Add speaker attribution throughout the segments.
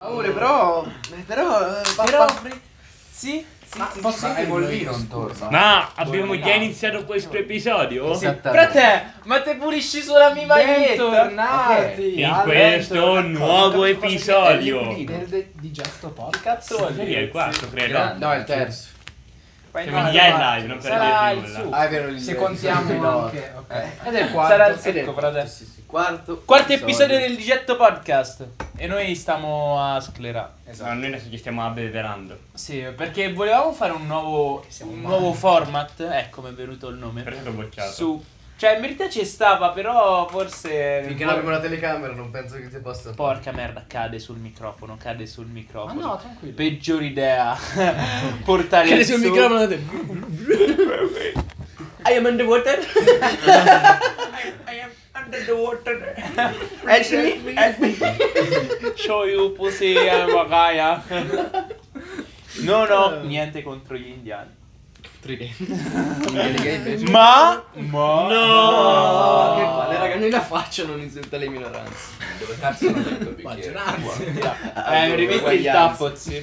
Speaker 1: Amore, però.
Speaker 2: eh,
Speaker 1: Però.
Speaker 3: Però-
Speaker 1: Sì? Sì,
Speaker 3: Ma
Speaker 1: sì,
Speaker 3: posso-
Speaker 1: sì,
Speaker 3: Sì,
Speaker 1: sì.
Speaker 4: volvino intorno.
Speaker 5: Ma abbiamo già iniziato questo episodio?
Speaker 3: Frate, ma te pulisci sulla mia maglietta?
Speaker 1: Bentornati
Speaker 5: In
Speaker 1: alla-
Speaker 5: questo nuovo episodio.
Speaker 1: Del de- di Gesto Podcast.
Speaker 3: Cazzo,
Speaker 5: Sì, è il quarto, credo.
Speaker 4: No, è il terzo.
Speaker 5: Siamo già in live, non
Speaker 3: Sarà il
Speaker 5: perdervi
Speaker 3: suo.
Speaker 5: nulla.
Speaker 4: Ah, è vero, il
Speaker 1: Se
Speaker 4: il-
Speaker 1: contiamo
Speaker 4: il-
Speaker 1: anche, ok.
Speaker 2: Eh,
Speaker 4: Ed è il quarto.
Speaker 3: Sarà il
Speaker 4: ed è
Speaker 3: secco, frate.
Speaker 4: sì, sì.
Speaker 1: Quarto,
Speaker 3: Quarto episodio del Digetto Podcast. E noi stiamo a sclera.
Speaker 5: No, noi Esatto. adesso ci stiamo abbeverando.
Speaker 3: Sì, perché volevamo fare un nuovo, un nuovo format. Ecco, mi è venuto il
Speaker 5: Per
Speaker 3: nome.
Speaker 5: stato bocciato.
Speaker 3: Su. Cioè, in verità ci stava, però forse.
Speaker 4: Finché non abbiamo una telecamera non penso che ti possa...
Speaker 3: Porca merda, cade sul microfono, cade sul
Speaker 1: Ma
Speaker 3: microfono.
Speaker 1: no, tranquillo.
Speaker 3: Peggior idea. Portare il suo- I am underwater. I am under the water. Help me, help me. Show you pussy and vagaya. ah. No, no, niente contro gli indiani. Ma, ma,
Speaker 5: No.
Speaker 1: che palle, raga, noi la faccia non insulta le minoranze.
Speaker 4: Dove cazzo non il bicchiere?
Speaker 3: Eh, rimetti il tappo, zio.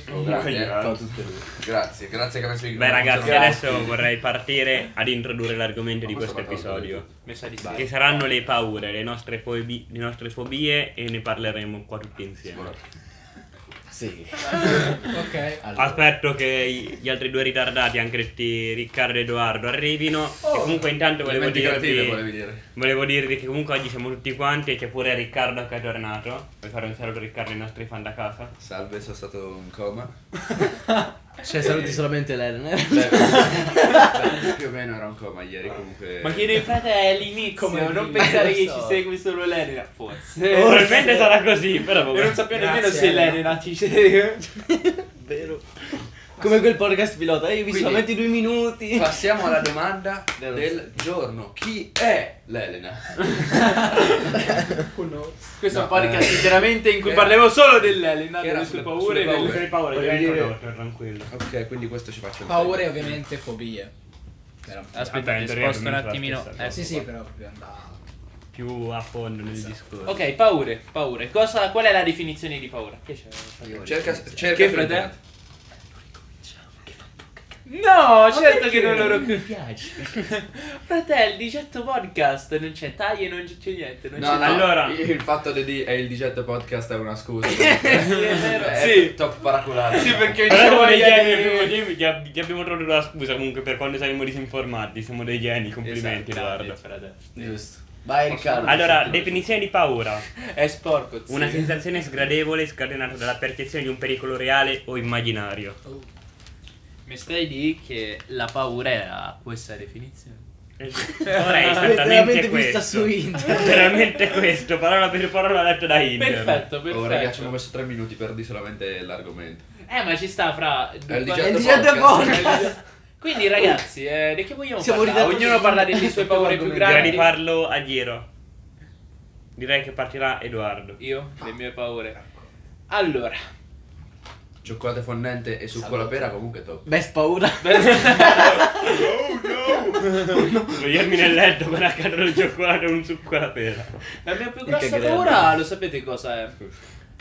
Speaker 4: Grazie, grazie che sei
Speaker 5: Beh ragazzi, adesso vorrei partire ad introdurre l'argomento di questo episodio.
Speaker 3: Messa di
Speaker 5: Che
Speaker 3: spazio.
Speaker 5: saranno le paure, le nostre, fobi- le nostre fobie e ne parleremo qua tutti insieme.
Speaker 4: Sì.
Speaker 1: Ok.
Speaker 5: Aspetto che gli altri due ritardati, anche ti- Riccardo e Edoardo, arrivino. e comunque intanto volevo
Speaker 4: Dimenticative, volevi
Speaker 5: dirti,
Speaker 4: dire.
Speaker 5: volevo dirvi che comunque oggi siamo tutti quanti, c'è pure Riccardo che è tornato. Vuoi fare un saluto Riccardo ai nostri fan da casa?
Speaker 4: Salve, sono stato in coma.
Speaker 1: Cioè, saluti solamente l'Elener.
Speaker 4: Beh, beh, più o meno ero in coma ieri comunque.
Speaker 3: Ma chiedo ai fratelli l'inizio,
Speaker 1: Come
Speaker 3: non
Speaker 1: il-
Speaker 3: pensare
Speaker 1: lo
Speaker 3: che
Speaker 1: so.
Speaker 3: ci segui solo Lenina, forse.
Speaker 5: Probabilmente sarà così, però
Speaker 3: E non
Speaker 5: vabbè.
Speaker 3: sappiamo
Speaker 1: Grazie,
Speaker 3: nemmeno se
Speaker 1: Elena.
Speaker 3: Lenina ci segue.
Speaker 1: Vero. Come quel podcast pilota, eh, io vi
Speaker 4: Quindi-
Speaker 1: so, metti due minuti.
Speaker 4: Passiamo alla domanda
Speaker 1: Dello-
Speaker 4: del giorno. Chi è l'Elena?
Speaker 3: Questo
Speaker 4: No,
Speaker 3: è un podcast
Speaker 4: eh.
Speaker 3: interamente in cui
Speaker 4: Che-
Speaker 3: parlevo solo dell'Elena,
Speaker 4: che
Speaker 3: delle
Speaker 4: era
Speaker 3: sue
Speaker 4: sulle-
Speaker 3: paure.
Speaker 4: sulle
Speaker 3: delle-
Speaker 4: paure.
Speaker 5: Hai paura,
Speaker 4: Volevi
Speaker 5: ti
Speaker 4: dire-
Speaker 5: introdotto, tranquillo.
Speaker 4: Ok, quindi questo ci faccio un
Speaker 6: Paure ovviamente fobie. Però.
Speaker 5: Aspetta,
Speaker 3: Aspetta,
Speaker 5: in
Speaker 3: ti
Speaker 5: teoria
Speaker 3: sposto un
Speaker 5: comincia la
Speaker 3: attimino.
Speaker 5: stessa
Speaker 3: eh,
Speaker 5: cosa.
Speaker 6: Sì, sì, però proprio andava.
Speaker 5: Più a fondo nel discorso.
Speaker 3: Ok, paure, paure. Cosa, qual è la definizione di paura? Che c'è?
Speaker 4: Cerca, cerca
Speaker 3: Che
Speaker 4: su
Speaker 3: frate?
Speaker 4: internet.
Speaker 3: No, certo che non loro mi piace. Fratelli, certo podcast, non c'è taglie, non c'è niente, non
Speaker 4: No,
Speaker 3: c'è
Speaker 4: no,
Speaker 5: Allora-
Speaker 4: il il fatto di- di- è il digetto podcast è una scusa.
Speaker 3: Sì, è vero.
Speaker 4: È
Speaker 3: Sì.
Speaker 4: top paraculata.
Speaker 3: Sì, perché
Speaker 5: Però
Speaker 3: ognuno
Speaker 5: siamo dei
Speaker 3: voglia
Speaker 5: geni,
Speaker 3: di-
Speaker 5: abbiamo- gli- gli- gli abbiamo trovato la scusa comunque per quando saremo disinformati, siamo dei geni, complimenti
Speaker 4: Esatto,
Speaker 5: Edoardo.
Speaker 4: Giusto.
Speaker 1: Vai Riccardo.
Speaker 5: Allora, definizione di paura.
Speaker 3: È sporco, zio.
Speaker 5: Una sensazione sgradevole scatenata dalla percezione di un pericolo reale o immaginario.
Speaker 3: Mi stai di che la paura era questa definizione?
Speaker 5: Ora è esattamente
Speaker 1: veramente vista
Speaker 5: questo.
Speaker 1: su internet.
Speaker 5: Veramente questo, parola per parola letto da Hitler.
Speaker 3: Perfetto, perfetto.
Speaker 4: Oh, ragazzi, ci abbiamo messo tre minuti per dire solamente l'argomento.
Speaker 3: Eh, ma ci sta fra.
Speaker 4: È il
Speaker 1: È il
Speaker 4: digetto
Speaker 1: digetto
Speaker 4: podcast.
Speaker 3: Quindi, ragazzi, eh, di che vogliamo
Speaker 1: Siamo
Speaker 3: parlare?
Speaker 1: ridati-
Speaker 3: Ognuno parla delle sue paure più
Speaker 5: Io
Speaker 3: grandi.
Speaker 5: riparlo a giro. Direi che partirà Edoardo.
Speaker 3: Io, le mie
Speaker 4: Ah,
Speaker 3: paure.
Speaker 4: ecco.
Speaker 3: Allora,
Speaker 4: Cioccolate fondente e succo alla pera comunque top.
Speaker 1: Best paura.
Speaker 5: Lo Iermi nel letto per accadere il cioccolato e un succo alla pera.
Speaker 3: la mia più
Speaker 1: Mica
Speaker 3: grossa
Speaker 1: grande.
Speaker 3: paura, lo sapete cosa è?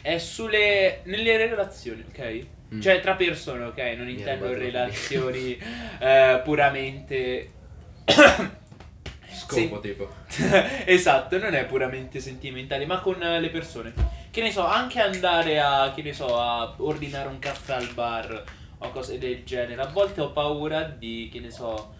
Speaker 3: È sulle. nelle relazioni, ok?
Speaker 4: Mm.
Speaker 3: Cioè, tra persone, ok? Non intendo
Speaker 4: rubato la
Speaker 3: relazioni eh, puramente.
Speaker 4: Scopo tipo.
Speaker 3: esatto, non è puramente sentimentale, ma con eh, le persone. Che ne so, anche andare a, che ne so, a ordinare un caffè al bar o cose del genere. A volte ho paura di, che ne so,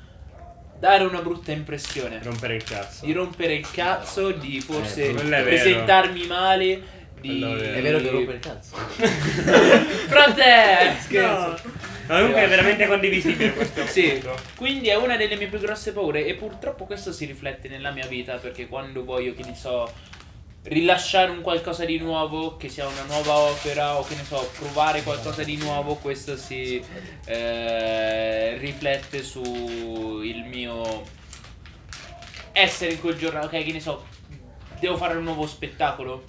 Speaker 3: dare una brutta impressione.
Speaker 5: Rompere il cazzo.
Speaker 3: Di rompere il cazzo, di forse
Speaker 5: Eh, quello è vero.
Speaker 3: presentarmi male, di...
Speaker 5: Quello è vero.
Speaker 1: È vero che rompe il cazzo.
Speaker 3: Frate! Scherzo.
Speaker 5: Ma comunque è veramente condivisibile questo
Speaker 3: Sì,
Speaker 5: punto.
Speaker 3: quindi è una delle mie più grosse paure e purtroppo questo si riflette nella mia vita perché quando voglio, che ne so, rilasciare un qualcosa di nuovo, che sia una nuova opera o che ne so, provare qualcosa di nuovo, questo si eh, riflette sul mio essere in quel giorno, ok, che ne so, devo fare un nuovo spettacolo.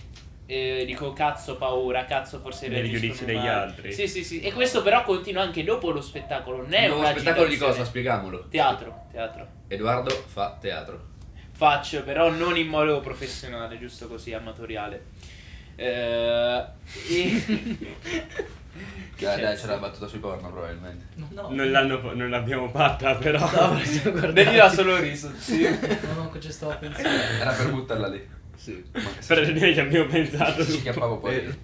Speaker 3: E dico cazzo paura, cazzo forse
Speaker 5: Del
Speaker 3: reagiscono
Speaker 5: giudizio degli
Speaker 3: male.
Speaker 5: altri.
Speaker 3: Sì, sì, sì. E questo però continua anche dopo lo spettacolo. Non è
Speaker 4: Nuovo
Speaker 3: una
Speaker 4: spettacolo di cosa?
Speaker 3: agitazione.
Speaker 4: Spieghiamolo.
Speaker 3: Teatro, teatro.
Speaker 4: Edoardo fa teatro.
Speaker 3: Faccio però non in modo professionale, giusto così, amatoriale. Eh, e- Che
Speaker 4: Dai,
Speaker 3: c'è?
Speaker 4: dai, c'è la battuta sui porno probabilmente.
Speaker 7: No,
Speaker 5: Non, l'hanno, non l'abbiamo fatta però.
Speaker 7: no, ma siamo guardati.
Speaker 3: Devi là solo riso, sì.
Speaker 7: No, no, che ci stavo pensando.
Speaker 4: Era per buttarla lì.
Speaker 1: Sì.
Speaker 4: Ma che
Speaker 5: Però noi ci abbiamo pensato.
Speaker 3: esatto.
Speaker 4: Ci chiappavo poi. io.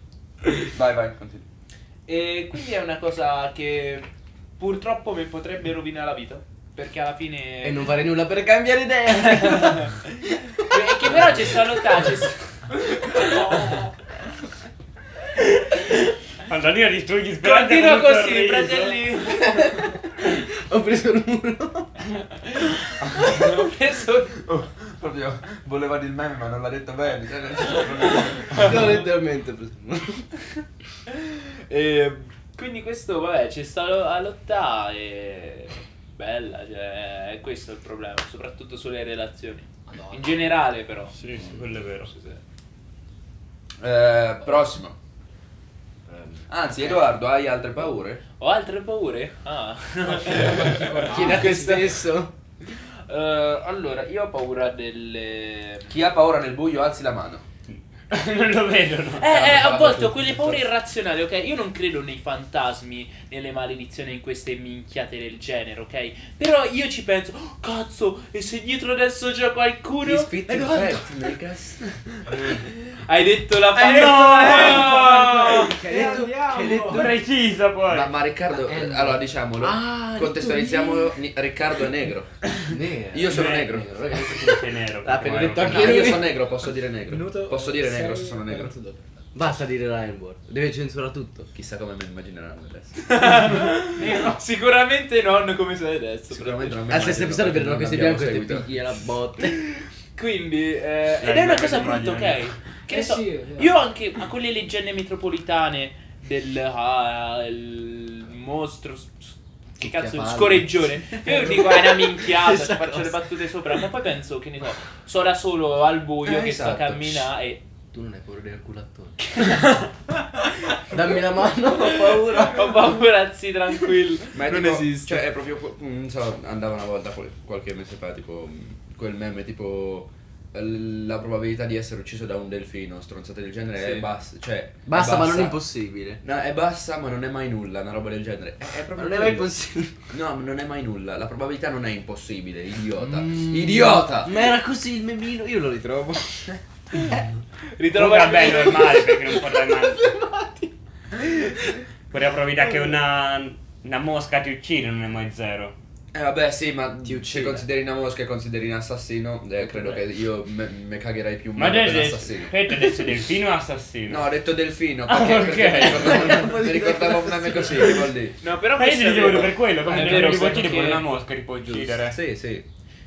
Speaker 4: Vai, vai, continua.
Speaker 3: E quindi è una cosa che purtroppo mi potrebbe rovinare la vita. Perché alla fine.
Speaker 1: E non fare nulla per cambiare idea.
Speaker 3: E che però ci sono taci.
Speaker 5: Antonino distruggi speranza.
Speaker 3: Continua
Speaker 5: con un
Speaker 3: così,
Speaker 5: sorriso.
Speaker 3: fratelli.
Speaker 1: Ho preso il muro.
Speaker 3: Ho preso.
Speaker 4: Oh, proprio voleva dire il meme ma non l'ha detto bene. Cioè, nel senso,
Speaker 1: No, letteralmente ho preso il muro.
Speaker 3: E quindi questo, vabbè, ci sta lo- a lottare. Bella, cioè, è questo il problema, soprattutto sulle relazioni.
Speaker 6: Madonna.
Speaker 3: In generale, però.
Speaker 5: Sì, sì, quello è vero.
Speaker 4: proprio- Eh, prossimo. Anzi, Edoardo, hai altre paure?
Speaker 3: Ho altre paure? Ah.
Speaker 1: Chiedi a te stesso.
Speaker 3: Eh, allora, io ho paura delle.
Speaker 4: Chi ha paura nel buio alzi la mano.
Speaker 5: non lo vedono.
Speaker 3: Eh, eh, a
Speaker 4: Vabbè,
Speaker 3: volte ho
Speaker 4: tu-
Speaker 3: quelle paure irrazionali, ok? Io non credo nei fantasmi, nelle maledizioni, in queste minchiate del genere, ok? Però io ci penso, "Oh, cazzo, e se dietro adesso c'è qualcuno... E guarda-
Speaker 1: niggas.
Speaker 3: Hai detto la
Speaker 5: Eh, no,
Speaker 3: parola!
Speaker 1: Ah, Che hai detto? Che hai detto?
Speaker 5: Precisa poi.
Speaker 4: Ma, ma Riccardo,
Speaker 1: Ah,
Speaker 4: eh,
Speaker 1: eh.
Speaker 4: allora diciamolo,
Speaker 1: Ah,
Speaker 4: contestualizziamolo, Ni- Riccardo è negro.
Speaker 1: Ne-
Speaker 4: Io sono
Speaker 5: Ne-
Speaker 4: negro. Ah,
Speaker 1: negro, ragazzi.
Speaker 5: Sei nero.
Speaker 1: L'ha appena
Speaker 5: Vai,
Speaker 1: detto
Speaker 5: vai.
Speaker 1: anche
Speaker 4: No, io
Speaker 1: lui.
Speaker 4: sono negro, posso dire negro.
Speaker 6: Minuto,
Speaker 4: posso dire negro se
Speaker 6: sei
Speaker 4: sono
Speaker 6: e
Speaker 4: negro.
Speaker 6: 42.
Speaker 1: Basta dire Rhineboard. Deve censurare tutto.
Speaker 4: Chissà come mi immagineranno adesso.
Speaker 3: Sicuramente non come sei adesso.
Speaker 4: Sicuramente non mi
Speaker 1: Al sesto
Speaker 4: immaginano,
Speaker 1: episodio
Speaker 4: perché
Speaker 1: vedono
Speaker 4: non
Speaker 1: questi
Speaker 4: abbiamo
Speaker 1: bianco e te
Speaker 4: seguito.
Speaker 1: picchi alla botte.
Speaker 3: Quindi, eh,
Speaker 5: Dai,
Speaker 3: ed è una
Speaker 5: dai,
Speaker 3: cosa
Speaker 5: dai,
Speaker 3: brutta,
Speaker 5: dai.
Speaker 3: ok? Che
Speaker 6: Eh
Speaker 3: ne so,
Speaker 6: sì, è vero.
Speaker 3: io anche a quelle leggende metropolitane del ah, il mostro. s- s- Che cazzo,
Speaker 1: Picchiapalli.
Speaker 3: scoreggione. Io dico "Ah, è una minchiata, ci
Speaker 1: Stessa
Speaker 3: faccio
Speaker 1: cosa.
Speaker 3: le battute sopra, ma poi penso che ne so, so da solo al buio
Speaker 4: Eh,
Speaker 3: che
Speaker 4: esatto.
Speaker 3: sto a camminare e
Speaker 1: Tu non hai paura del culattone. Dammi la mano, ho paura.
Speaker 3: ho paura, sì, tranquillo.
Speaker 4: Ma
Speaker 1: Non
Speaker 4: non tipo,
Speaker 1: esiste.
Speaker 4: Cioè, è proprio. que- Non so, andava una volta qual- qualche mese fa, tipo. mh, Quel meme tipo. l- La probabilità di essere ucciso da un delfino, stronzate del genere,
Speaker 3: Sì.
Speaker 4: è bassa. Cioè, è
Speaker 1: Basta, ma non è
Speaker 4: bassa.
Speaker 1: impossibile.
Speaker 4: No, è bassa, ma non è mai nulla, una roba del genere. È, è
Speaker 1: Ma
Speaker 4: proprio
Speaker 1: non è
Speaker 4: quello.
Speaker 1: mai possibile.
Speaker 4: No, ma non è mai nulla. La probabilità non è impossibile, idiota.
Speaker 1: Mm.
Speaker 4: Idiota!
Speaker 1: Ma era così il memino, io lo ritrovo.
Speaker 3: Ritrovo
Speaker 5: Comunque,
Speaker 3: il
Speaker 5: Vabbè,
Speaker 3: mio-
Speaker 5: è normale perché non potrai mai. Vorrei provare che una, una mosca ti uccide, non è mai zero.
Speaker 4: Eh vabbè, sì, ma
Speaker 1: Ti
Speaker 4: se
Speaker 1: uccide.
Speaker 4: consideri una mosca e consideri un assassino, eh, credo che io me- me cagherei più
Speaker 5: Ma
Speaker 4: male per
Speaker 5: adesso
Speaker 4: l'assassino.
Speaker 5: aspetta, adesso delfino o assassino?
Speaker 4: No, ho detto delfino
Speaker 5: Ah,
Speaker 4: perché,
Speaker 5: ok.
Speaker 4: perché mi ricordavo,
Speaker 1: Posso
Speaker 4: mi
Speaker 1: dire
Speaker 4: ricordavo un meme così, che vuol dire?
Speaker 3: No, però
Speaker 5: Ma io ti
Speaker 3: questo è
Speaker 5: dicevo
Speaker 3: vero.
Speaker 5: per quello, come
Speaker 3: È
Speaker 5: non
Speaker 3: vero,
Speaker 5: ti può uccidere
Speaker 3: perché-
Speaker 5: pure una mosca ti può uccidere.
Speaker 4: Sì, sì.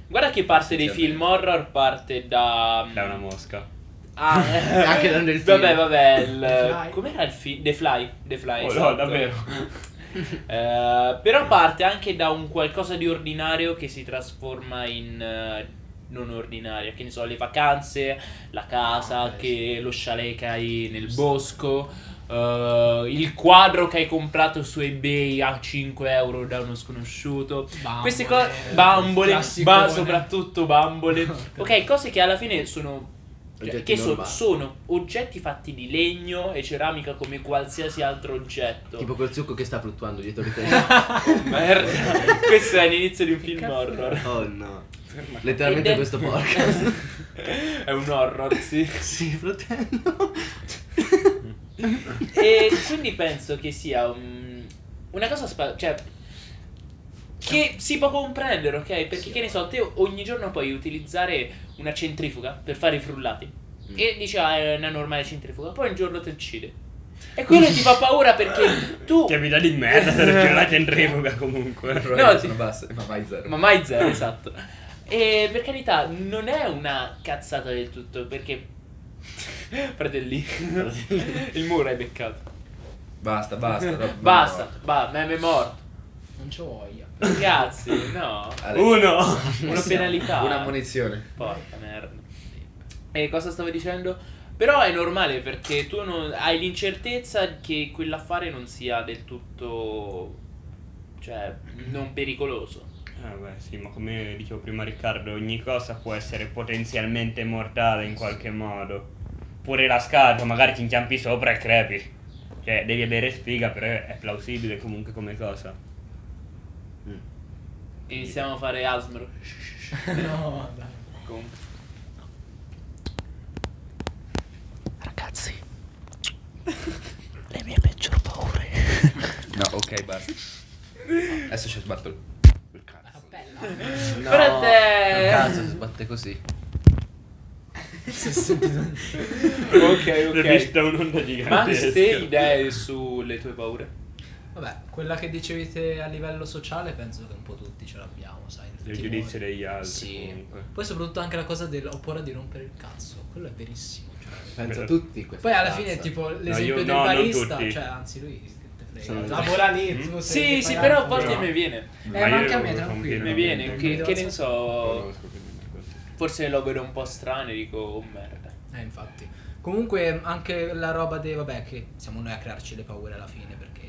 Speaker 3: Guarda che parte dei
Speaker 4: Sì,
Speaker 3: film horror parte da.
Speaker 5: Da una mosca.
Speaker 3: Ah, eh.
Speaker 1: Anche da nel film.
Speaker 3: Vabbè, vabbè.
Speaker 6: The
Speaker 3: Il...
Speaker 6: Fly.
Speaker 3: Com'era il film? The Fly. The Fly.
Speaker 5: Oh,
Speaker 3: esatto.
Speaker 5: no, davvero.
Speaker 3: Eh, però parte anche da un qualcosa di ordinario che si trasforma in eh, non ordinario. Che ne so, le vacanze, la casa,
Speaker 1: Ah, ok,
Speaker 3: che lo chalet che hai nel bosco. eh, il quadro che hai comprato su eBay a 5 euro da uno sconosciuto
Speaker 6: Bambole,
Speaker 3: queste cose bambole
Speaker 6: classicone.
Speaker 3: ba- soprattutto bambole ok cose che alla fine sono cioè,
Speaker 1: Oggetti
Speaker 3: che so-
Speaker 1: normali.
Speaker 3: sono oggetti fatti di legno e ceramica come qualsiasi altro oggetto
Speaker 1: Tipo quel zucco che sta fluttuando dietro le teste.
Speaker 3: merda questo è l'inizio di un film
Speaker 6: cazzo
Speaker 3: horror
Speaker 1: Oh no.
Speaker 3: Ed
Speaker 1: Letteralmente
Speaker 3: è-
Speaker 1: questo podcast.
Speaker 3: è un horror sì
Speaker 1: sì, fratello.
Speaker 3: e quindi penso che sia un- una cosa spa- cioè che si può comprendere, ok? Perché che ne so, te ogni giorno puoi utilizzare una centrifuga per fare i frullati. E dici, ah, è una normale centrifuga. Poi un giorno ti uccide. E quello ti fa paura perché tu.
Speaker 5: Che vita di merda, perché non la centrifuga comunque.
Speaker 4: No,
Speaker 3: ti-
Speaker 4: sono basse, ma mai zero.
Speaker 3: Ma mai zero, esatto. E per carità, non è una cazzata del tutto perché. Fratelli, il muro è beccato.
Speaker 4: Basta, basta. roba-
Speaker 3: Basta, va, meme morto.
Speaker 6: Non c'ho voglia.
Speaker 3: Grazie, no.
Speaker 4: Allora,
Speaker 5: Uno.
Speaker 3: Una penalità.
Speaker 4: Una munizione.
Speaker 3: Porca merda. E cosa stavo dicendo? Però è normale perché tu non- hai l'incertezza che quell'affare non sia del tutto. cioè, non pericoloso.
Speaker 5: Ah, beh, sì, ma come dicevo prima Riccardo, ogni cosa può essere potenzialmente mortale in qualche modo. Oppure la scarpa, magari ci inciampi sopra e crepi. Cioè, devi avere sfiga, però è plausibile comunque come cosa. Mm.
Speaker 3: Iniziamo a fare ASMR.
Speaker 7: no, dai.
Speaker 2: Ragazzi, le mie peggior paure.
Speaker 4: No, ok, basta. Adesso ci sbatto il- il cazzo.
Speaker 1: No,
Speaker 3: Frate!
Speaker 1: Un cazzo si sbatte così.
Speaker 3: ok,
Speaker 5: Ho visto un'onda
Speaker 3: Ma
Speaker 5: gigantesca.
Speaker 3: ste idee sulle tue paure?
Speaker 7: Vabbè, quella che dicevi te a livello sociale penso che un po' tutti ce l'abbiamo, sai? in tutti
Speaker 5: Il
Speaker 7: i
Speaker 5: giudizio
Speaker 7: modi.
Speaker 5: degli altri,
Speaker 7: Sì.
Speaker 5: comunque.
Speaker 7: Poi soprattutto anche la cosa del ho paura di rompere il cazzo, quello è verissimo. cioè.
Speaker 1: Penso a tutti questa
Speaker 7: Poi alla
Speaker 1: cazzo.
Speaker 7: fine tipo l'esempio
Speaker 5: io-
Speaker 7: del
Speaker 5: no, non
Speaker 7: barista,
Speaker 5: tutti.
Speaker 7: cioè anzi lui che te frega.
Speaker 1: Sono-
Speaker 7: Laboralismo. se
Speaker 3: Sì,
Speaker 7: ti
Speaker 3: sì,
Speaker 7: fai
Speaker 3: però a
Speaker 7: altro.
Speaker 3: volte
Speaker 5: No.
Speaker 3: mi viene.
Speaker 7: Eh,
Speaker 5: Ma
Speaker 7: ma
Speaker 5: io
Speaker 7: anche a me,
Speaker 5: lo
Speaker 7: tranquillo.
Speaker 5: confino,
Speaker 3: Mi viene, che, che ne
Speaker 4: Non
Speaker 3: so.
Speaker 4: lo so che mi-
Speaker 3: Forse lo vedo un po' strano e dico, oh merda.
Speaker 7: Eh, infatti. Comunque anche la roba dei, vabbè, che siamo noi a crearci le paure alla fine, perché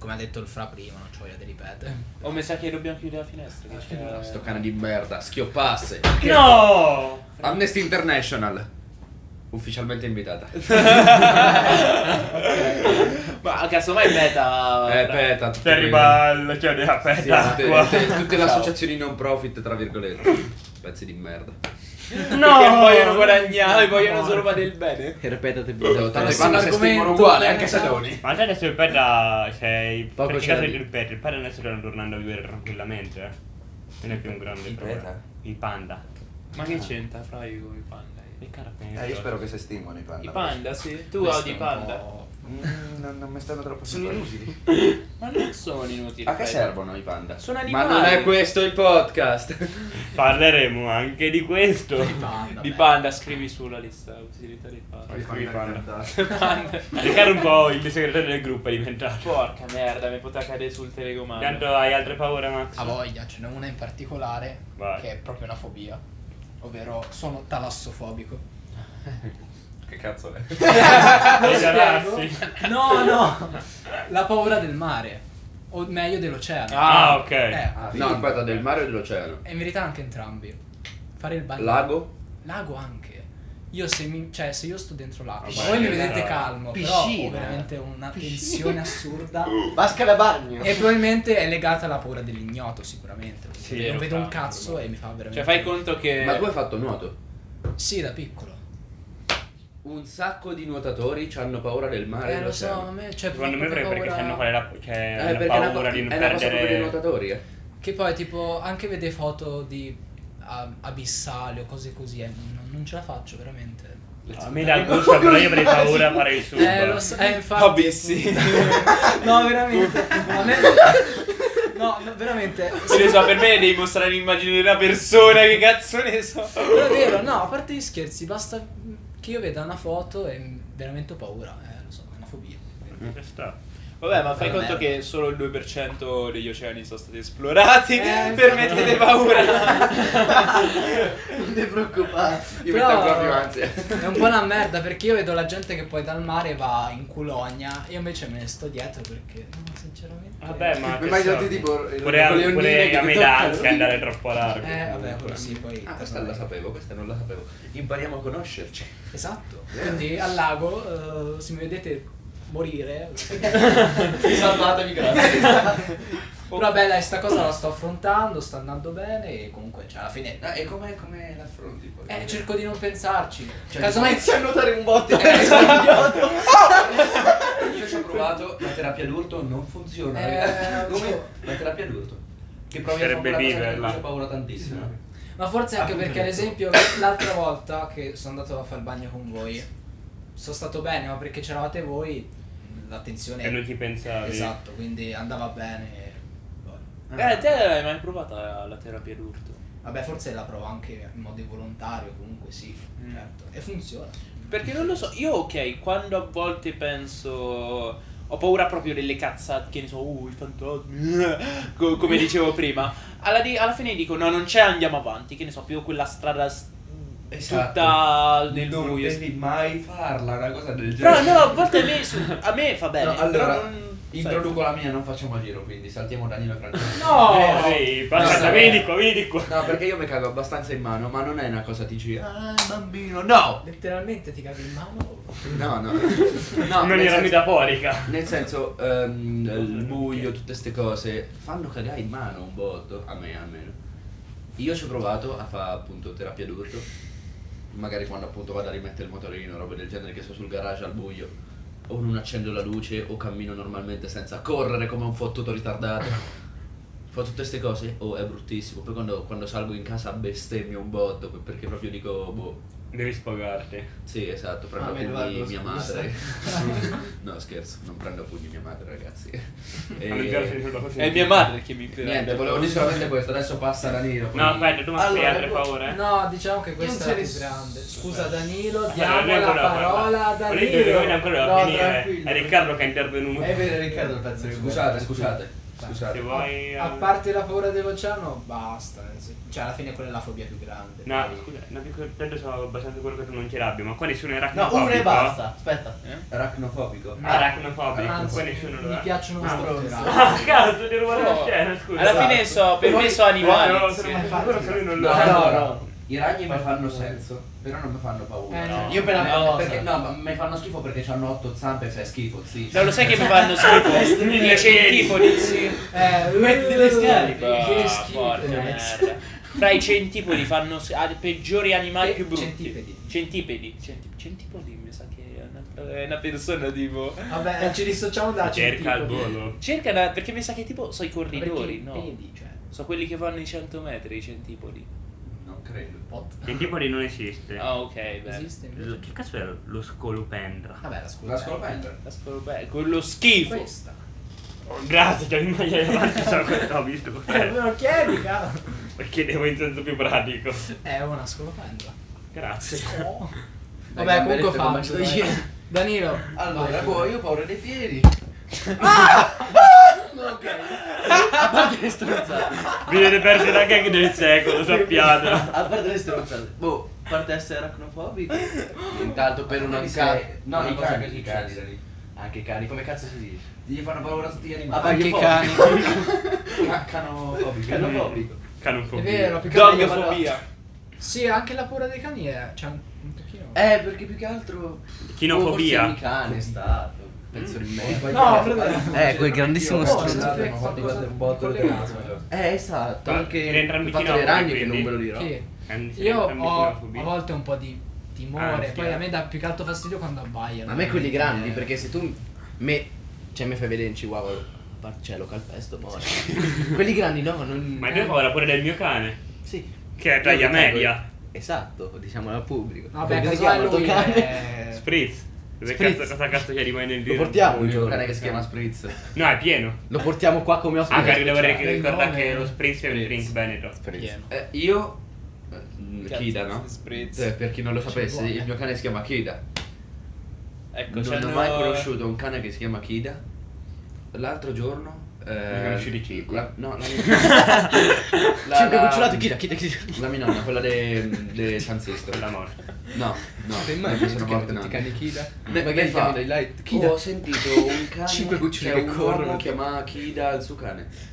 Speaker 7: come ha detto il fra prima, non c'ho voglia di ripetere.
Speaker 3: Oh, mi sa che dobbiamo chiudere la finestra. che c'è-
Speaker 4: Sto cane di merda, schioppasse.
Speaker 5: No!
Speaker 4: Amnesty International. Ufficialmente invitata.
Speaker 3: Ma casomai meta.
Speaker 4: Eh, peta. tutto
Speaker 5: Terribal, cioè, della
Speaker 4: quello. Sì,
Speaker 5: petta
Speaker 4: tutte,
Speaker 5: acqua.
Speaker 4: tutte- tutte le associazioni non profit, tra virgolette. Pezzi di merda.
Speaker 5: No!
Speaker 3: Perché vogliono guadagnare, vogliono solo fare il bene.
Speaker 1: E ripetate
Speaker 4: Tanto
Speaker 1: tanto
Speaker 4: vanno a
Speaker 7: argomento,
Speaker 4: stimolano uguale, anche
Speaker 7: esatto.
Speaker 4: Saloni.
Speaker 5: Ma te adesso il cioè, Pedra sei.
Speaker 1: Poco
Speaker 5: Perché
Speaker 1: c'è da
Speaker 5: caso
Speaker 1: dire.
Speaker 5: il Pedra? Il Pedra adesso stanno tornando a vivere tranquillamente. eh. Non è più un grande
Speaker 2: Il
Speaker 5: problema.
Speaker 2: Pedra?
Speaker 5: Il panda.
Speaker 3: Ma che c'entra fra io con i panda?
Speaker 5: Che caro
Speaker 2: Eh, io spero che si estinguano i panda.
Speaker 3: I panda, sì. Tu
Speaker 6: Questo
Speaker 3: odi
Speaker 6: è
Speaker 3: i
Speaker 6: un
Speaker 3: panda.
Speaker 6: po'-
Speaker 2: Mm, non, non mi stanno troppo
Speaker 4: Sono
Speaker 2: simpatici.
Speaker 4: inutili.
Speaker 3: Ma non sono inutili.
Speaker 4: A che
Speaker 3: Fede.
Speaker 4: servono i panda?
Speaker 3: Sono
Speaker 4: Ma
Speaker 3: animali.
Speaker 4: non è questo il podcast.
Speaker 5: Parleremo anche di questo.
Speaker 7: I panda,
Speaker 3: Di
Speaker 7: beh.
Speaker 3: panda scrivi sulla lista utilità dei panda. Panda.
Speaker 5: Riccardo un po' il segretario del gruppo è diventato.
Speaker 3: Porca merda, mi poteva cadere sul
Speaker 5: Tanto
Speaker 3: telecomando.
Speaker 5: hai altre paure, Max?
Speaker 6: A voglia, ce n'è una in particolare
Speaker 5: Vai.
Speaker 6: che è proprio una fobia. Ovvero sono talassofobico.
Speaker 4: Che cazzo è?
Speaker 5: Dei
Speaker 7: spiego?
Speaker 5: galassi.
Speaker 7: No, Ah, no. La paura del mare, o meglio dell'oceano.
Speaker 5: Ah, ok.
Speaker 7: Eh,
Speaker 4: No, aspetta, del mare e dell'oceano.
Speaker 7: e in verità anche entrambi. Fare il bagno.
Speaker 4: Lago?
Speaker 7: Lago anche. Io se, mi, cioè, se io sto dentro l'acqua,
Speaker 5: Ah,
Speaker 7: voi mi
Speaker 5: beh,
Speaker 7: vedete
Speaker 5: no.
Speaker 7: calmo, però ho
Speaker 1: Piscina.
Speaker 7: veramente una tensione assurda.
Speaker 1: Vasca da bagno.
Speaker 7: E probabilmente è legata alla paura dell'ignoto, sicuramente. perché
Speaker 5: Sì,
Speaker 7: non
Speaker 3: vero,
Speaker 7: vedo un
Speaker 3: fra-
Speaker 7: cazzo e mi fa veramente.
Speaker 3: Cioè, fai conto che.
Speaker 4: Ma tu hai fatto nuoto?
Speaker 7: Sì, da piccolo.
Speaker 4: Un sacco di nuotatori hanno paura del mare. e
Speaker 7: Eh, lo
Speaker 4: dell'oceano.
Speaker 7: so, a me. Cioè,
Speaker 5: Secondo me
Speaker 7: proprio
Speaker 5: proprio perché
Speaker 7: paura-
Speaker 5: sanno qual è la cioè,
Speaker 4: Eh,
Speaker 5: hanno
Speaker 4: perché è
Speaker 5: paura
Speaker 4: una,
Speaker 5: di non
Speaker 4: è una cosa proprio dei
Speaker 5: perdere.
Speaker 4: nuotatori, eh.
Speaker 7: Che poi, tipo, anche vede foto di ah, abissali o cose così. eh, non, non ce la faccio, veramente.
Speaker 5: A Ah, me dà il gusto, però io avrei paura a fare il sub.
Speaker 7: Eh, lo so, eh, infatti.
Speaker 3: Abissi.
Speaker 7: no, veramente. A me. No, no, veramente.
Speaker 3: Che ne so, per me devi mostrare l'immagine di una persona, che cazzo ne so.
Speaker 7: Però è vero, no, a parte gli scherzi, basta che io veda una foto e veramente ho paura, eh, lo so, è una fobia.
Speaker 5: Ci sta.
Speaker 3: Vabbè, ma fai
Speaker 7: Vabbè.
Speaker 3: conto che solo il 2% degli oceani sono stati esplorati.
Speaker 7: Eh,
Speaker 3: per
Speaker 7: infatti.
Speaker 3: mettete paura.
Speaker 1: Non ti preoccupare.
Speaker 4: Io
Speaker 7: Però-
Speaker 4: mi ancora più ansia.
Speaker 7: È un po' una merda perché io vedo la gente che poi dal mare va in culogna, io invece me ne sto dietro perché, no, sinceramente...
Speaker 5: Vabbè, ma.
Speaker 4: Mi
Speaker 5: che
Speaker 4: immaginate
Speaker 5: so.
Speaker 4: tipo
Speaker 5: Pure,
Speaker 4: le
Speaker 5: pure,
Speaker 4: onnine che
Speaker 5: a me
Speaker 4: ti
Speaker 5: dà
Speaker 4: toccano.
Speaker 5: ansia andare troppo largo.
Speaker 7: Eh, vabbè, quello sì, poi...
Speaker 4: Ah, questa la sapevo, questa non la sapevo. Impariamo a conoscerci.
Speaker 7: Esatto, quindi al lago, eh, se mi vedete morire...
Speaker 4: Salvatemi, grazie.
Speaker 7: Esatto. Però beh, dai, sta cosa la sto affrontando, sta andando bene e comunque, cioè, alla fine...
Speaker 4: Ah, e come, come l'affronti poi?
Speaker 7: Eh, cerco di non pensarci.
Speaker 4: Cioè,
Speaker 7: Casomai
Speaker 4: inizi a nuotare un botto. Io ci ho provato, la terapia d'urto non funziona.
Speaker 7: Eh,
Speaker 4: ragazzi.
Speaker 7: lo so.
Speaker 4: Come? La terapia d'urto. Che provi
Speaker 5: Sarebbe
Speaker 4: a fare quella cosa che
Speaker 5: viverla.
Speaker 4: mi fa paura tantissimo.
Speaker 7: Ma forse anche perché, ad esempio, l'altra volta che sono andato a fare il bagno con voi, sono stato bene, ma perché c'eravate voi, l'attenzione...
Speaker 5: E non ci pensavi.
Speaker 7: Esatto, quindi andava bene. boh.
Speaker 3: eh, te l'hai mai provata la terapia d'urto?
Speaker 7: Vabbè, forse la provo anche in modo volontario, comunque sì,
Speaker 3: Mm.
Speaker 7: certo. E funziona.
Speaker 3: Perché non lo so, io ok, quando a volte penso... Ho paura proprio delle cazzate, che ne so, uh, i fantasmi, co- come dicevo prima. Alla, di- alla fine dico, no, non c'è, andiamo avanti, che ne so, più quella strada s-
Speaker 4: Esatto.
Speaker 3: tutta nel buio.
Speaker 4: mai farla una cosa del
Speaker 3: Però no, a volte a me, su- a me fa bene,
Speaker 4: No, allora,
Speaker 3: però non...
Speaker 4: Introduco la mia, non facciamo a giro, quindi saltiamo Danilo e Francesco.
Speaker 7: No!
Speaker 5: Eh, sì, basta,
Speaker 7: No.
Speaker 5: vieni di qua, vieni di qua.
Speaker 4: No, perché io mi cago abbastanza in mano, ma non è una cosa dici, ah, bambino, no!
Speaker 7: Letteralmente ti cago in mano.
Speaker 4: No, no. no
Speaker 5: non
Speaker 4: nel
Speaker 5: era
Speaker 4: senso-
Speaker 5: metaforica.
Speaker 4: Nel senso, ehm, il buio, tutte queste cose fanno cagare in mano un botto, a me almeno. Io ci ho provato a fare appunto terapia d'urto, magari quando appunto vado a rimettere il motorino, robe del genere che sto sul garage al buio, o non accendo la luce, o cammino normalmente senza correre come un fottuto ritardato. Fa tutte queste cose, oh, è bruttissimo. Poi quando, quando salgo in casa bestemmio un botto perché proprio dico, boh,
Speaker 5: Devi sfogarti.
Speaker 4: sì, esatto, prendo
Speaker 7: Ah,
Speaker 4: a
Speaker 7: meno
Speaker 4: pugni
Speaker 7: male, lo
Speaker 4: mia
Speaker 7: so,
Speaker 4: madre. no, scherzo, non prendo a pugni mia madre, ragazzi. Eh,
Speaker 5: Non mi piace di solo così.
Speaker 3: È mia madre che mi impera.
Speaker 4: Niente, volevo dire solamente questo, adesso passa Danilo.
Speaker 5: No, aspetta, tu mi fai altre
Speaker 7: bu-
Speaker 5: paure?
Speaker 7: No, diciamo che questa è la più
Speaker 2: inserisco-
Speaker 7: grande. Scusa Danilo,
Speaker 5: Allora,
Speaker 7: diamo la
Speaker 5: ancora,
Speaker 7: parola a
Speaker 5: guarda. Volete, dovete
Speaker 7: Danilo.
Speaker 5: ancora
Speaker 2: No,
Speaker 5: finire.
Speaker 2: tranquillo.
Speaker 5: È Riccardo che è intervenuto.
Speaker 7: Eh,
Speaker 2: È vero, Riccardo, il pezzo di
Speaker 4: Scusate, scusate,
Speaker 5: Se
Speaker 4: scusate.
Speaker 5: vuoi.
Speaker 7: A
Speaker 5: eh,
Speaker 7: parte la paura dell'oceano, basta. nel sen- Cioè, alla fine quella è la fobia più grande.
Speaker 5: No, scusa, no, dico- tanto sono abbastanza sicuro che tu non ce l'abbia, ma qua nessuno è eh.
Speaker 2: No,
Speaker 5: aracnofobico.
Speaker 2: una e basta. Aspetta.
Speaker 4: Aracnofobico.
Speaker 5: Aracnofobico, qua
Speaker 7: Anzi,
Speaker 5: nessuno lo
Speaker 7: mi
Speaker 5: è.
Speaker 7: piacciono
Speaker 2: Ah,
Speaker 7: molto.
Speaker 2: stronzo.
Speaker 5: Ah, cazzo, devo rubare la
Speaker 3: Oh.
Speaker 5: scena, cioè, scusa.
Speaker 3: Alla fine so, per me
Speaker 4: Esatto.
Speaker 3: sono animali.
Speaker 5: No, no,
Speaker 3: sì.
Speaker 5: sono sicuro che lui non lo
Speaker 4: No,
Speaker 5: è.
Speaker 4: no, no. I ragni mi fanno senso, però non mi fanno paura.
Speaker 7: Eh, no.
Speaker 2: Io per la
Speaker 4: Eh,
Speaker 2: cosa.
Speaker 4: perché, no, ma mi fanno schifo perché hanno otto zampe e fai schifo, sì.
Speaker 3: No, lo sai che mi fanno schifo? Cioè, Le centipodi, sì.
Speaker 7: Eh,
Speaker 2: Metti le scale.
Speaker 7: Che schifo.
Speaker 3: porca merda. Fra i centipodi fanno s- ah, peggiori animali
Speaker 7: Eh,
Speaker 3: più brutti.
Speaker 7: centipedi.
Speaker 3: Centipedi. Centi- centipodi mi sa che è una, è una persona tipo.
Speaker 7: Vabbè, eh, ci dissociamo da
Speaker 5: Cerca il volo.
Speaker 3: Cerca una- perché mi sa che tipo so i corridori, no?
Speaker 7: Vedi, cioè.
Speaker 3: So quelli che vanno i 100 metri, i centipodi.
Speaker 4: Non credo.
Speaker 7: pot.
Speaker 5: Centipodi non esiste.
Speaker 3: Ah, ok, beh.
Speaker 7: Esiste
Speaker 5: Lo-
Speaker 7: invece.
Speaker 5: Che cazzo è lo scolopendra?
Speaker 7: Vabbè, la scusa. eh.
Speaker 4: La scolopendra.
Speaker 3: Cascolo bello, quello schifo.
Speaker 7: Questa.
Speaker 5: Oh, grazie, già mi mangia davanti, so questo ho visto
Speaker 7: Eh, me
Speaker 5: cos'è.
Speaker 7: lo chiedi, cavolo.
Speaker 5: Perché devo in senso più pratico.
Speaker 7: È una scolopendra.
Speaker 5: Grazie.
Speaker 4: Dai,
Speaker 7: Vabbè,
Speaker 4: gamberette,
Speaker 7: comunque
Speaker 4: come
Speaker 7: faccio.
Speaker 4: faccio
Speaker 7: dai. Danilo.
Speaker 4: Allora,
Speaker 7: vai.
Speaker 4: boh, io ho paura dei piedi. Ah! ok. A parte le stronzate.
Speaker 5: Mi viene persa la gag del secolo, sappiate.
Speaker 2: A parte le stronzate. Boh, a parte essere aracnofobico.
Speaker 4: Intanto per una
Speaker 2: Sì,
Speaker 4: ca-
Speaker 2: sì.
Speaker 4: no,
Speaker 2: No,
Speaker 4: una
Speaker 2: i
Speaker 4: cosa
Speaker 2: cani,
Speaker 4: così
Speaker 2: i cani.
Speaker 4: succede.
Speaker 2: Anche i Ah, cani, come cazzo si dice?
Speaker 4: Gli fanno paura tutti gli animali.
Speaker 2: Anche i cani.
Speaker 4: Canofobico.
Speaker 2: Ah, Canofobico.
Speaker 7: È
Speaker 5: Canofobia.
Speaker 7: vero, più che altro-
Speaker 3: Dogliofobia.
Speaker 7: Sì, anche la paura dei cani è. C'è un, un pochino.
Speaker 2: Eh, perché più che altro.
Speaker 5: Chinofobia.
Speaker 2: Boh, forse il cane è stato.
Speaker 4: Penso di me.
Speaker 7: No, fratello.
Speaker 2: Eh, quel grandissimo
Speaker 7: Oh,
Speaker 2: stronzo.
Speaker 7: scusate,
Speaker 4: Ma quante
Speaker 7: qualcosa
Speaker 4: volte un botto le
Speaker 7: collegato.
Speaker 4: trovano?
Speaker 2: Eh, esatto.
Speaker 5: Ma
Speaker 2: Anche
Speaker 5: rientrano
Speaker 2: il fatto
Speaker 5: Ah, vicino a
Speaker 2: dei
Speaker 5: voi,
Speaker 2: ragni che
Speaker 5: quindi.
Speaker 2: non ve lo dirò.
Speaker 7: Sì.
Speaker 5: Anzi,
Speaker 7: Io
Speaker 5: entrambi
Speaker 7: ho
Speaker 5: chinofobia.
Speaker 7: a volte un po' di timore.
Speaker 5: Ansia.
Speaker 7: Poi a me dà più che altro fastidio quando abbaiano.
Speaker 2: Ma a me quelli grandi,
Speaker 7: Eh.
Speaker 2: perché se tu me, cioè, mi fai vedere in Chihuahua, lo- par- cioè lo calpesto, muore. quelli grandi no, non...
Speaker 5: Ma io ho paura pure del mio cane,
Speaker 2: Sì.
Speaker 5: che è taglia
Speaker 2: Io lo tengo-
Speaker 5: media.
Speaker 2: Esatto, diciamolo al pubblico.
Speaker 7: Vabbè,
Speaker 2: Come si
Speaker 7: cos'è
Speaker 2: chiama il tuo
Speaker 7: lui?
Speaker 2: cane?
Speaker 7: eh,
Speaker 5: Spritz. Dove
Speaker 2: Spritz.
Speaker 5: cazzo, cosa cazzo che rimane nel
Speaker 2: Lo
Speaker 5: giro?
Speaker 2: portiamo un
Speaker 4: Un
Speaker 2: giorno.
Speaker 4: giocatore che si chiama Spritz.
Speaker 5: No, è pieno.
Speaker 2: Lo portiamo qua come ospite.
Speaker 5: Ah, cari, devo
Speaker 2: speciale.
Speaker 5: che ricorda
Speaker 7: nome-
Speaker 5: che lo Spritz è un drink Veneto.
Speaker 2: Spritz.
Speaker 4: Eh, io eh, mm,
Speaker 3: Cazzo,
Speaker 4: Kida, no?
Speaker 3: Spritz.
Speaker 4: Eh, per chi non lo sapesse,
Speaker 7: vuole.
Speaker 4: il mio cane si chiama Kida.
Speaker 3: Ecco,
Speaker 4: non
Speaker 3: c'hanno-
Speaker 4: ho mai conosciuto un cane che si chiama Kida. L'altro giorno. Eh,
Speaker 5: Ne conosciuti cinque.
Speaker 4: La, no, la mia. la-
Speaker 2: Cinque
Speaker 4: la-
Speaker 2: cucciolati, chida, chida, chida.
Speaker 4: La mia nonna, quella di San Sisto.
Speaker 5: Quella morte.
Speaker 4: No, no.
Speaker 2: Sei mai
Speaker 4: non sono
Speaker 2: visto che
Speaker 4: morte
Speaker 2: tutti i cani Kida?
Speaker 4: Ne-
Speaker 2: Magari
Speaker 4: ne
Speaker 2: li chiami dai light, Kida.
Speaker 4: Mm. Ho sentito un cane.
Speaker 2: Cinque cuccioli
Speaker 4: cioè,
Speaker 2: che
Speaker 4: un
Speaker 2: corrono.
Speaker 4: uomo chiamava Kida il suo cane.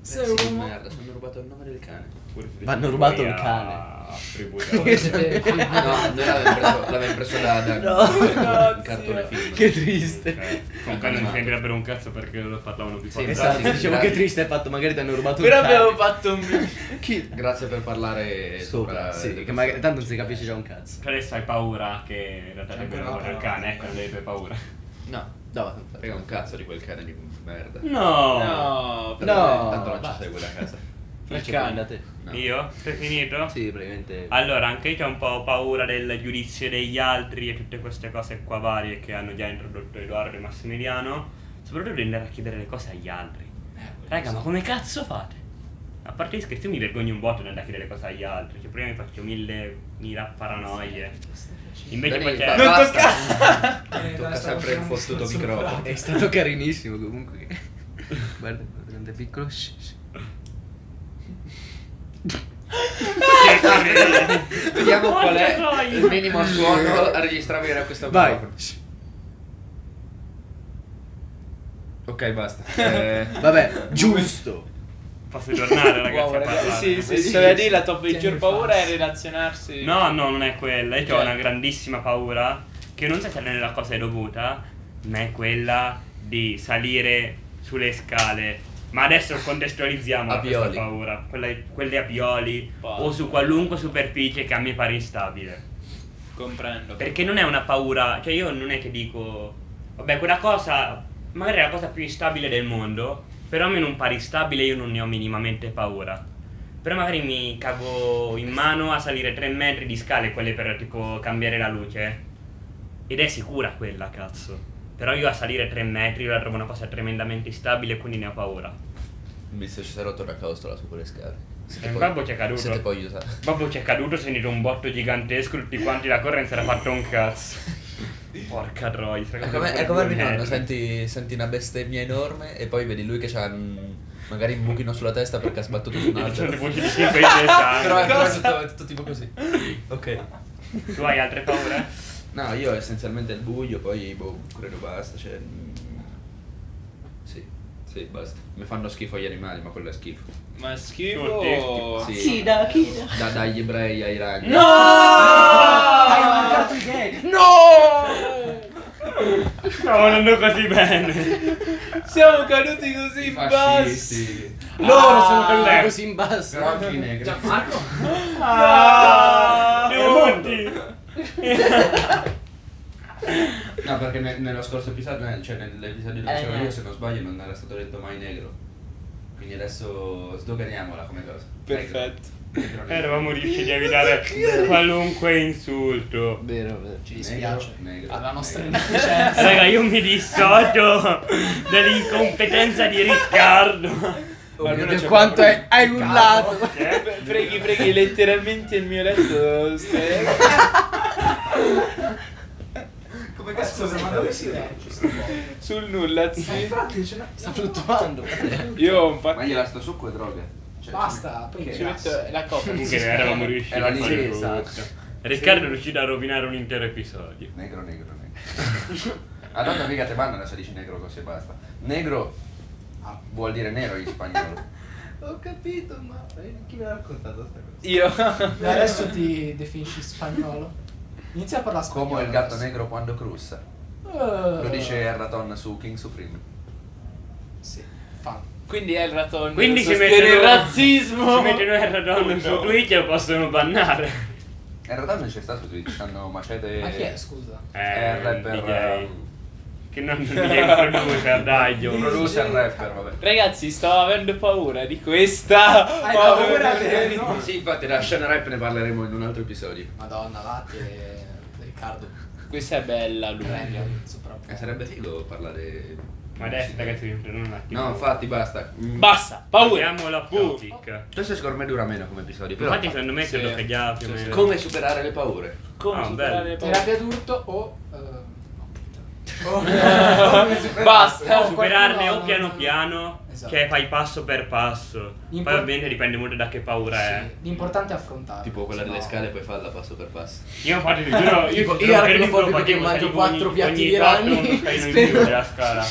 Speaker 7: Sei
Speaker 4: Pezzi di
Speaker 7: uomo.
Speaker 4: merda, ci hanno rubato il nome del cane.
Speaker 2: Vanno rubato il
Speaker 7: Voi
Speaker 5: cane.
Speaker 7: siete
Speaker 4: Ah, No, noi
Speaker 7: figli-
Speaker 4: l'avevamo preso, l'avevamo preso da, da
Speaker 2: No,
Speaker 4: un cartone film.
Speaker 2: Che triste.
Speaker 5: Comunque Eh, non ci sentirebbero un cazzo perché lo parlavano di
Speaker 4: Sì,
Speaker 5: fantasma.
Speaker 2: Esatto,
Speaker 4: Infatti,
Speaker 2: diciamo
Speaker 4: grazie.
Speaker 2: che triste è fatto, magari ti hanno rubato
Speaker 3: Però
Speaker 2: un cane.
Speaker 3: abbiamo fatto un
Speaker 2: Kida.
Speaker 4: Grazie per parlare
Speaker 2: Sopra,
Speaker 4: sopra.
Speaker 2: sì, che magari tanto non si capisce già un cazzo.
Speaker 5: Adesso hai paura che in realtà ti
Speaker 7: C'è
Speaker 5: abbiano rubato
Speaker 7: ancora la
Speaker 5: il
Speaker 7: parola.
Speaker 5: cane, ecco, non devi avere paura.
Speaker 2: No, no,
Speaker 4: Frega un cazzo di quel cane di merda.
Speaker 5: No!
Speaker 3: No,
Speaker 4: Tanto-
Speaker 2: no,
Speaker 4: Tanto non ci
Speaker 2: basta.
Speaker 4: segue da casa.
Speaker 2: il
Speaker 3: cane.
Speaker 2: Andate.
Speaker 4: No.
Speaker 5: Io? Sei finito?
Speaker 2: Sì, praticamente.
Speaker 5: Allora, anche io ho un po' paura del giudizio degli altri e tutte queste cose qua varie che hanno già introdotto Edoardo e Massimiliano. Soprattutto di andare a chiedere le cose agli altri.
Speaker 7: Eh,
Speaker 5: Raga, ma come cazzo fate? A parte gli scherzi, io mi vergogno un botto di andare a chiedere le cose agli altri. Cioè, prima mi faccio mille, mille
Speaker 7: Eh,
Speaker 5: paranoie. Invece
Speaker 4: Dani,
Speaker 5: poi c'è.
Speaker 4: ba-
Speaker 3: Non
Speaker 4: basta.
Speaker 7: Eh,
Speaker 4: Tocca
Speaker 7: dai, stavo
Speaker 4: sempre il
Speaker 7: facendo
Speaker 4: fottuto
Speaker 7: un discorso
Speaker 4: microfono.
Speaker 2: È stato carinissimo comunque. Guarda, grande piccolo. shh, shh.
Speaker 4: Vediamo
Speaker 5: Porca
Speaker 4: qual è
Speaker 5: troia.
Speaker 4: il minimo suono a registrare a questo
Speaker 2: Vai.
Speaker 4: microfono.
Speaker 2: Shh.
Speaker 4: Ok, basta. Eh,
Speaker 2: Vabbè, giusto.
Speaker 5: Posso tornare, ragazzi,
Speaker 3: Wow,
Speaker 5: a parlare?
Speaker 3: ragazzi, sì, Cioè, sì,
Speaker 7: Sì,
Speaker 3: sì,
Speaker 7: sì.
Speaker 3: doveva dire la tua
Speaker 7: Tieni
Speaker 3: peggior
Speaker 7: il
Speaker 3: paura è
Speaker 7: falso.
Speaker 3: relazionarsi.
Speaker 5: No, no, non è quella. Io
Speaker 3: Ok.
Speaker 5: ho una grandissima paura che non so se è la cosa è dovuta, ma è quella di salire sulle scale. Ma adesso contestualizziamo
Speaker 4: A
Speaker 5: questa
Speaker 4: pioli.
Speaker 5: paura, quella, quelle a pioli
Speaker 3: Palle.
Speaker 5: o su qualunque superficie che a me pare instabile.
Speaker 3: Comprendo.
Speaker 5: Perché non è una paura, cioè io non è che dico, vabbè quella cosa, magari è la cosa più instabile del mondo, però a me non pare stabile io non ne ho minimamente paura. Però magari mi cago in mano a salire 3 metri di scale, quelle per tipo cambiare la luce. Ed è sicura quella, cazzo. Però io a salire 3 metri la trovo una cosa tremendamente instabile e quindi ne ho paura.
Speaker 4: mi se ci sarà rotto una costola su quelle scale. Se
Speaker 5: Eh, babbo ci è caduto.
Speaker 4: Se te puoi aiutare.
Speaker 5: Babbo ci è caduto, ho sentito un botto gigantesco, tutti quanti la correnza era fatto un cazzo. Porca troia.
Speaker 4: È come, è come mio nonno, senti, senti una bestemmia enorme e poi vedi lui che c'ha mm, magari un buchino sulla testa perché ha sbattuto su un
Speaker 5: Sono
Speaker 4: albero.
Speaker 5: tipo 5 10
Speaker 4: cioè, Però è però è
Speaker 3: Cosa?
Speaker 4: tutto, è tutto tipo così. Ok.
Speaker 5: Tu hai altre paure?
Speaker 4: No, io essenzialmente il buio, poi boh, credo basta, cioè... mm, Sì, sì, basta. Mi fanno schifo gli animali, ma quello è schifo.
Speaker 3: Ma è schifo.
Speaker 5: Tutti.
Speaker 4: Sì,
Speaker 2: da chi?
Speaker 4: da- dagli ebrei ai ragni.
Speaker 2: Hai mancato i gay. No!
Speaker 5: Stavo andando così bene.
Speaker 3: Siamo caduti così
Speaker 4: I
Speaker 3: in basso.
Speaker 4: fascisti.
Speaker 2: Loro sono
Speaker 5: Ah.
Speaker 2: caduti così in basso.
Speaker 4: Però anche i negri.
Speaker 7: Gianmarco?
Speaker 5: Ah, tutti.
Speaker 4: No, perché ne- nello scorso episodio, nel- cioè nell'episodio dove
Speaker 2: Eh,
Speaker 4: c'ero
Speaker 2: no.
Speaker 4: io, se non sbaglio, non era stato detto mai negro. Quindi adesso sdoganiamola come cosa.
Speaker 3: Perfetto.
Speaker 4: Negro, negro, negro.
Speaker 5: Eravamo riusciti a evitare qualunque insulto.
Speaker 2: Vero, vero.
Speaker 6: Ci
Speaker 4: Negro,
Speaker 6: dispiace.
Speaker 4: negro,
Speaker 6: Alla nostra Cioè,
Speaker 4: negro.
Speaker 6: inefficienza.
Speaker 5: Raga, io mi dissocio dall'incompetenza di Riccardo.
Speaker 3: Ma almeno
Speaker 2: Per
Speaker 3: c'è
Speaker 2: quanto
Speaker 3: qualcuno.
Speaker 2: hai, hai urlato.
Speaker 5: Eh?
Speaker 3: Freghi, freghi, letteralmente il mio letto. stai-
Speaker 4: Come cazzo, ma dove si va?
Speaker 3: Sul nulla, sì.
Speaker 2: Sta fluttuando.
Speaker 3: Io ho un
Speaker 4: Ma gliela sto succo e droga. Cioè,
Speaker 6: Basta, poi
Speaker 4: Che
Speaker 6: ci
Speaker 3: Ci
Speaker 6: gas.
Speaker 3: metto la coppa.
Speaker 5: Comunque ne eravamo riusciti
Speaker 4: Era
Speaker 5: a
Speaker 4: lì,
Speaker 5: fare
Speaker 4: esatto.
Speaker 5: tutto. Riccardo è riuscito a rovinare un intero episodio.
Speaker 4: cioè, Negro, negro, negro. Ah no, mica te mandano se dici negro così e basta. Negro vuol dire nero in spagnolo.
Speaker 2: Ho capito, ma chi me l'ha raccontato sta cosa?
Speaker 3: Io.
Speaker 6: E adesso ti definisci spagnolo? Inizia a parlare spagnolo.
Speaker 4: Come il gatto
Speaker 6: adesso.
Speaker 4: negro quando crussa.
Speaker 6: Eh,
Speaker 4: Lo dice Erraton su King Supreme.
Speaker 6: Sì, fa.
Speaker 3: Quindi è il ratone.
Speaker 5: Quindi si
Speaker 3: sostiene
Speaker 5: mette
Speaker 3: il
Speaker 5: loro-
Speaker 3: razzismo.
Speaker 5: Si mettono il radon su Twitch e lo possono bannare.
Speaker 4: Erraton non c'è stato, ti hanno macete...
Speaker 6: Ma chi è, scusa?
Speaker 4: È il
Speaker 5: un
Speaker 4: rapper...
Speaker 5: DJ.
Speaker 4: ehm,
Speaker 5: Che non non è un producer, dai,
Speaker 4: Un
Speaker 5: io.
Speaker 4: producer rapper, vabbè.
Speaker 3: Ragazzi, stavo avendo paura di questa.
Speaker 6: Hai paura te, no?
Speaker 4: Sì, infatti la scena rap ne parleremo in un altro episodio.
Speaker 6: Madonna, latte Riccardo
Speaker 3: Questa è bella, Luca.
Speaker 6: premio
Speaker 4: Eh,
Speaker 6: sopravvento.
Speaker 4: sarebbe figo parlare...
Speaker 5: Ma adesso ragazzi vi prendo un attimo.
Speaker 4: No, infatti basta. Mm.
Speaker 3: Basta, paura.
Speaker 5: Parliamo la politica.
Speaker 4: Questo secondo me dura meno come episodio, però...
Speaker 5: Infatti secondo me se lo tagliava più o meno.
Speaker 4: Come superare le paure?
Speaker 3: Come
Speaker 5: Ah,
Speaker 3: superare le paure?
Speaker 6: Terapia d'urto o eh, no,
Speaker 3: Basta.
Speaker 5: Superarne
Speaker 6: Qualcuno-
Speaker 5: o piano piano,
Speaker 6: Esatto.
Speaker 5: che fai passo per passo. Poi
Speaker 6: Impor-
Speaker 5: ovviamente dipende molto da che paura è.
Speaker 6: sì, l'importante è affrontarlo.
Speaker 4: Tipo quella
Speaker 6: se
Speaker 4: delle
Speaker 6: no-
Speaker 4: scale poi farla passo per passo.
Speaker 5: Io infatti ti giuro,
Speaker 2: Tipo,
Speaker 5: io ti
Speaker 2: io
Speaker 5: giuro,
Speaker 2: ero
Speaker 5: per esempio,
Speaker 2: xenofobico che
Speaker 5: facevo
Speaker 2: mangio
Speaker 5: tipo
Speaker 2: quattro
Speaker 5: ogni-
Speaker 2: piatti
Speaker 5: ogni
Speaker 2: di
Speaker 5: tot
Speaker 2: ragni.
Speaker 5: uno scalino in giù
Speaker 2: Spero-
Speaker 5: della scala.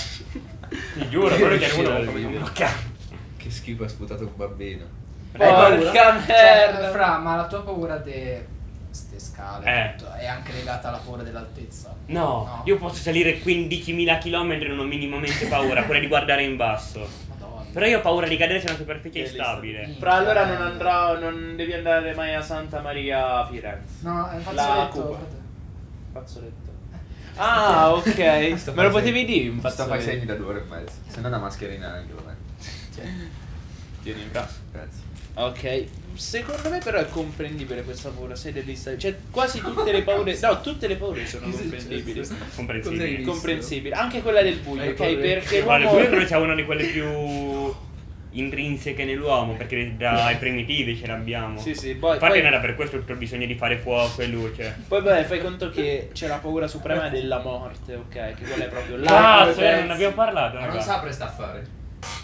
Speaker 5: Ti giuro, quello che
Speaker 4: Riuscirò
Speaker 5: uno
Speaker 4: a
Speaker 5: come
Speaker 4: vivere.
Speaker 5: un cazzo.
Speaker 4: Che schifo ha sputato un bambino.
Speaker 3: Porca
Speaker 6: Cioè,
Speaker 3: merda.
Speaker 6: fra, ma la tua paura de ste scale
Speaker 5: Eh.
Speaker 6: tutto, è anche legata alla paura dell'altezza.
Speaker 5: No,
Speaker 6: No.
Speaker 5: io posso salire 15.000 km e non ho minimamente paura, quella di guardare in basso.
Speaker 6: Madonna.
Speaker 5: Però io ho paura di cadere su una superficie
Speaker 3: Che
Speaker 5: instabile.
Speaker 6: lista.
Speaker 3: Fra allora
Speaker 4: Cioè.
Speaker 3: non andrò, non devi andare mai a Santa Maria a Firenze.
Speaker 6: No, infatti
Speaker 3: La
Speaker 6: ho detto-
Speaker 3: Cuba. Fazzoletto. Ah, ok. Me lo potevi dire un
Speaker 4: Basta fai segni
Speaker 3: fazzoletto?
Speaker 4: da due ore e mezzo. Se no una mascherina anche va bene.
Speaker 3: Tieni, bra.
Speaker 4: Grazie.
Speaker 3: Cioè, Ok. Secondo me però è comprendibile questa paura, sei dell'ista. Cioè, quasi tutte le paure. No, tutte le paure sono comprendibili.
Speaker 5: Comprensibile.
Speaker 3: Comprensibili. Anche quella del buio,
Speaker 4: Hai
Speaker 3: ok?
Speaker 4: paura?
Speaker 3: Perché
Speaker 5: Guarda,
Speaker 3: l'uomo.
Speaker 5: pure però c'è una di quelle più intrinseche nell'uomo, perché dai primitivi ce l'abbiamo.
Speaker 3: Sì, sì, poi-
Speaker 5: Infatti
Speaker 3: poi-
Speaker 5: non era per questo il tuo bisogno di fare fuoco e luce.
Speaker 3: Poi vabbè, fai conto che c'è la paura suprema della morte, ok? Che quella è proprio là.
Speaker 5: Cazzo, eh, non ne abbiamo parlato,
Speaker 4: Ma non
Speaker 5: raga.
Speaker 4: sa sta affare.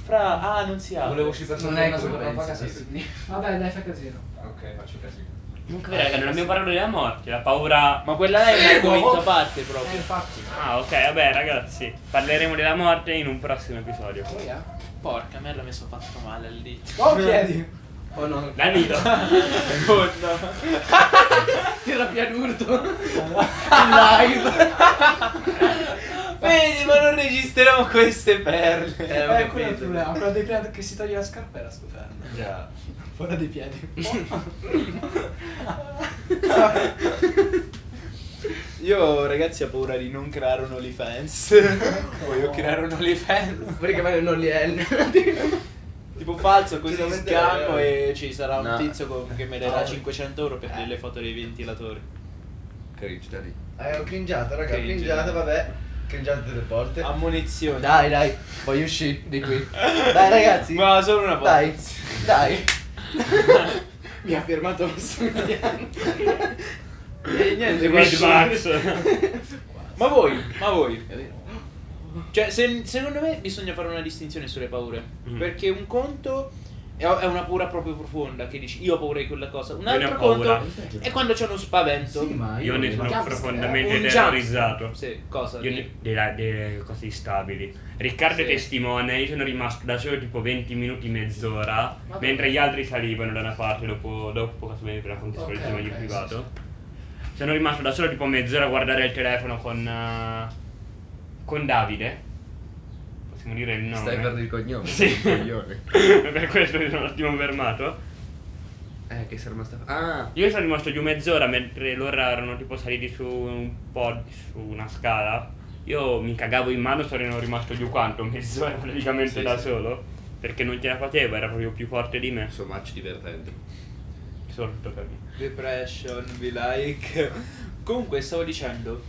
Speaker 3: Fra. Ah, non si apre.
Speaker 4: Volevo uscire per
Speaker 7: Non
Speaker 4: una
Speaker 7: è
Speaker 4: super
Speaker 7: come
Speaker 4: roba
Speaker 7: pensi,
Speaker 4: sì.
Speaker 6: Vabbè, dai, fai casino.
Speaker 4: Ok, faccio casino.
Speaker 3: Eh,
Speaker 5: Raga, non abbiamo parlato della morte, la paura...
Speaker 3: Ma quella è un
Speaker 7: Fermo!
Speaker 3: argomento a parte proprio.
Speaker 7: Eh, infatti.
Speaker 5: Ah, ok, vabbè ragazzi, parleremo della morte in un prossimo episodio.
Speaker 7: Oh, yeah.
Speaker 3: Porca merda, mi sono fatto male al dito.
Speaker 7: Oh, piedi. Oh no.
Speaker 5: Danilo!
Speaker 3: Oh no.
Speaker 2: Terapia d'urto. In live.
Speaker 3: Vedi, ma non registriamo queste perle.
Speaker 6: Eh, quello è il problema. Quello dei piedi che si toglie la scarpa era stupendo.
Speaker 1: Già.
Speaker 6: Quello dei piedi.
Speaker 3: Io ragazzi ho paura di non creare un OnlyFans. Voglio creare un OnlyFans.
Speaker 2: Perché magari non li è.
Speaker 3: Tipo falso, così in
Speaker 2: Sicuramente-
Speaker 3: scampo e ci sarà un
Speaker 1: No.
Speaker 3: tizio con- che mi darà 500 euro per delle foto dei ventilatori.
Speaker 4: Cringe, Danilo.
Speaker 1: Eh, ho cringiato, raga, ho
Speaker 3: Cringe. Ah,
Speaker 1: cringiato, vabbè. Cringiate delle volte.
Speaker 3: Ammonizione.
Speaker 2: Dai, dai, voglio uscire di qui. Dai, ragazzi.
Speaker 3: Ma solo una volta.
Speaker 2: Dai, dai. Mi ha fermato Massimiliano.
Speaker 3: E niente,
Speaker 5: Mad
Speaker 3: quindi-
Speaker 5: Max!
Speaker 3: Ma voi, ma voi. Cioè, se- secondo me bisogna fare una distinzione sulle paure.
Speaker 5: Mm.
Speaker 3: Perché un conto è, è una paura proprio profonda che dici io ho paura di quella cosa. Un
Speaker 5: Io ne ho
Speaker 3: altro
Speaker 5: paura.
Speaker 3: conto è quando c'è uno spavento.
Speaker 5: Io ne sono
Speaker 7: Jumpscare.
Speaker 5: profondamente
Speaker 3: Un
Speaker 5: terrorizzato.
Speaker 3: jump- Sì, cosa?
Speaker 5: Io
Speaker 3: Di-
Speaker 5: ne- della- delle cose stabili. Riccardo è
Speaker 3: Sì.
Speaker 5: testimone, io sono rimasto da solo tipo 20 minuti, mezz'ora, mentre gli altri salivano da una parte dopo, dopo cosa mi racconti
Speaker 7: Ok,
Speaker 5: sul okay,
Speaker 7: ok,
Speaker 5: privato. Sono rimasto da solo tipo mezz'ora a guardare il telefono con, eh, con Davide. Possiamo dire il nome.
Speaker 3: eh.
Speaker 4: Stai per il cognome.
Speaker 5: Sì.
Speaker 4: Coglione.
Speaker 5: per questo mi sono un attimo fermato.
Speaker 4: Eh, che sarà sta Ah!
Speaker 5: Io sono rimasto giù mezz'ora mentre loro erano tipo saliti su un po' su una scala. Io mi cagavo in mano, sono rimasto giù quanto? Mezz'ora praticamente
Speaker 4: Sì,
Speaker 5: da
Speaker 4: sì.
Speaker 5: solo. Perché non ce la facevo, era proprio più forte di me.
Speaker 4: Insomma, ci divertente.
Speaker 5: Soprattutto per me.
Speaker 3: Depression, we like. Comunque, stavo dicendo,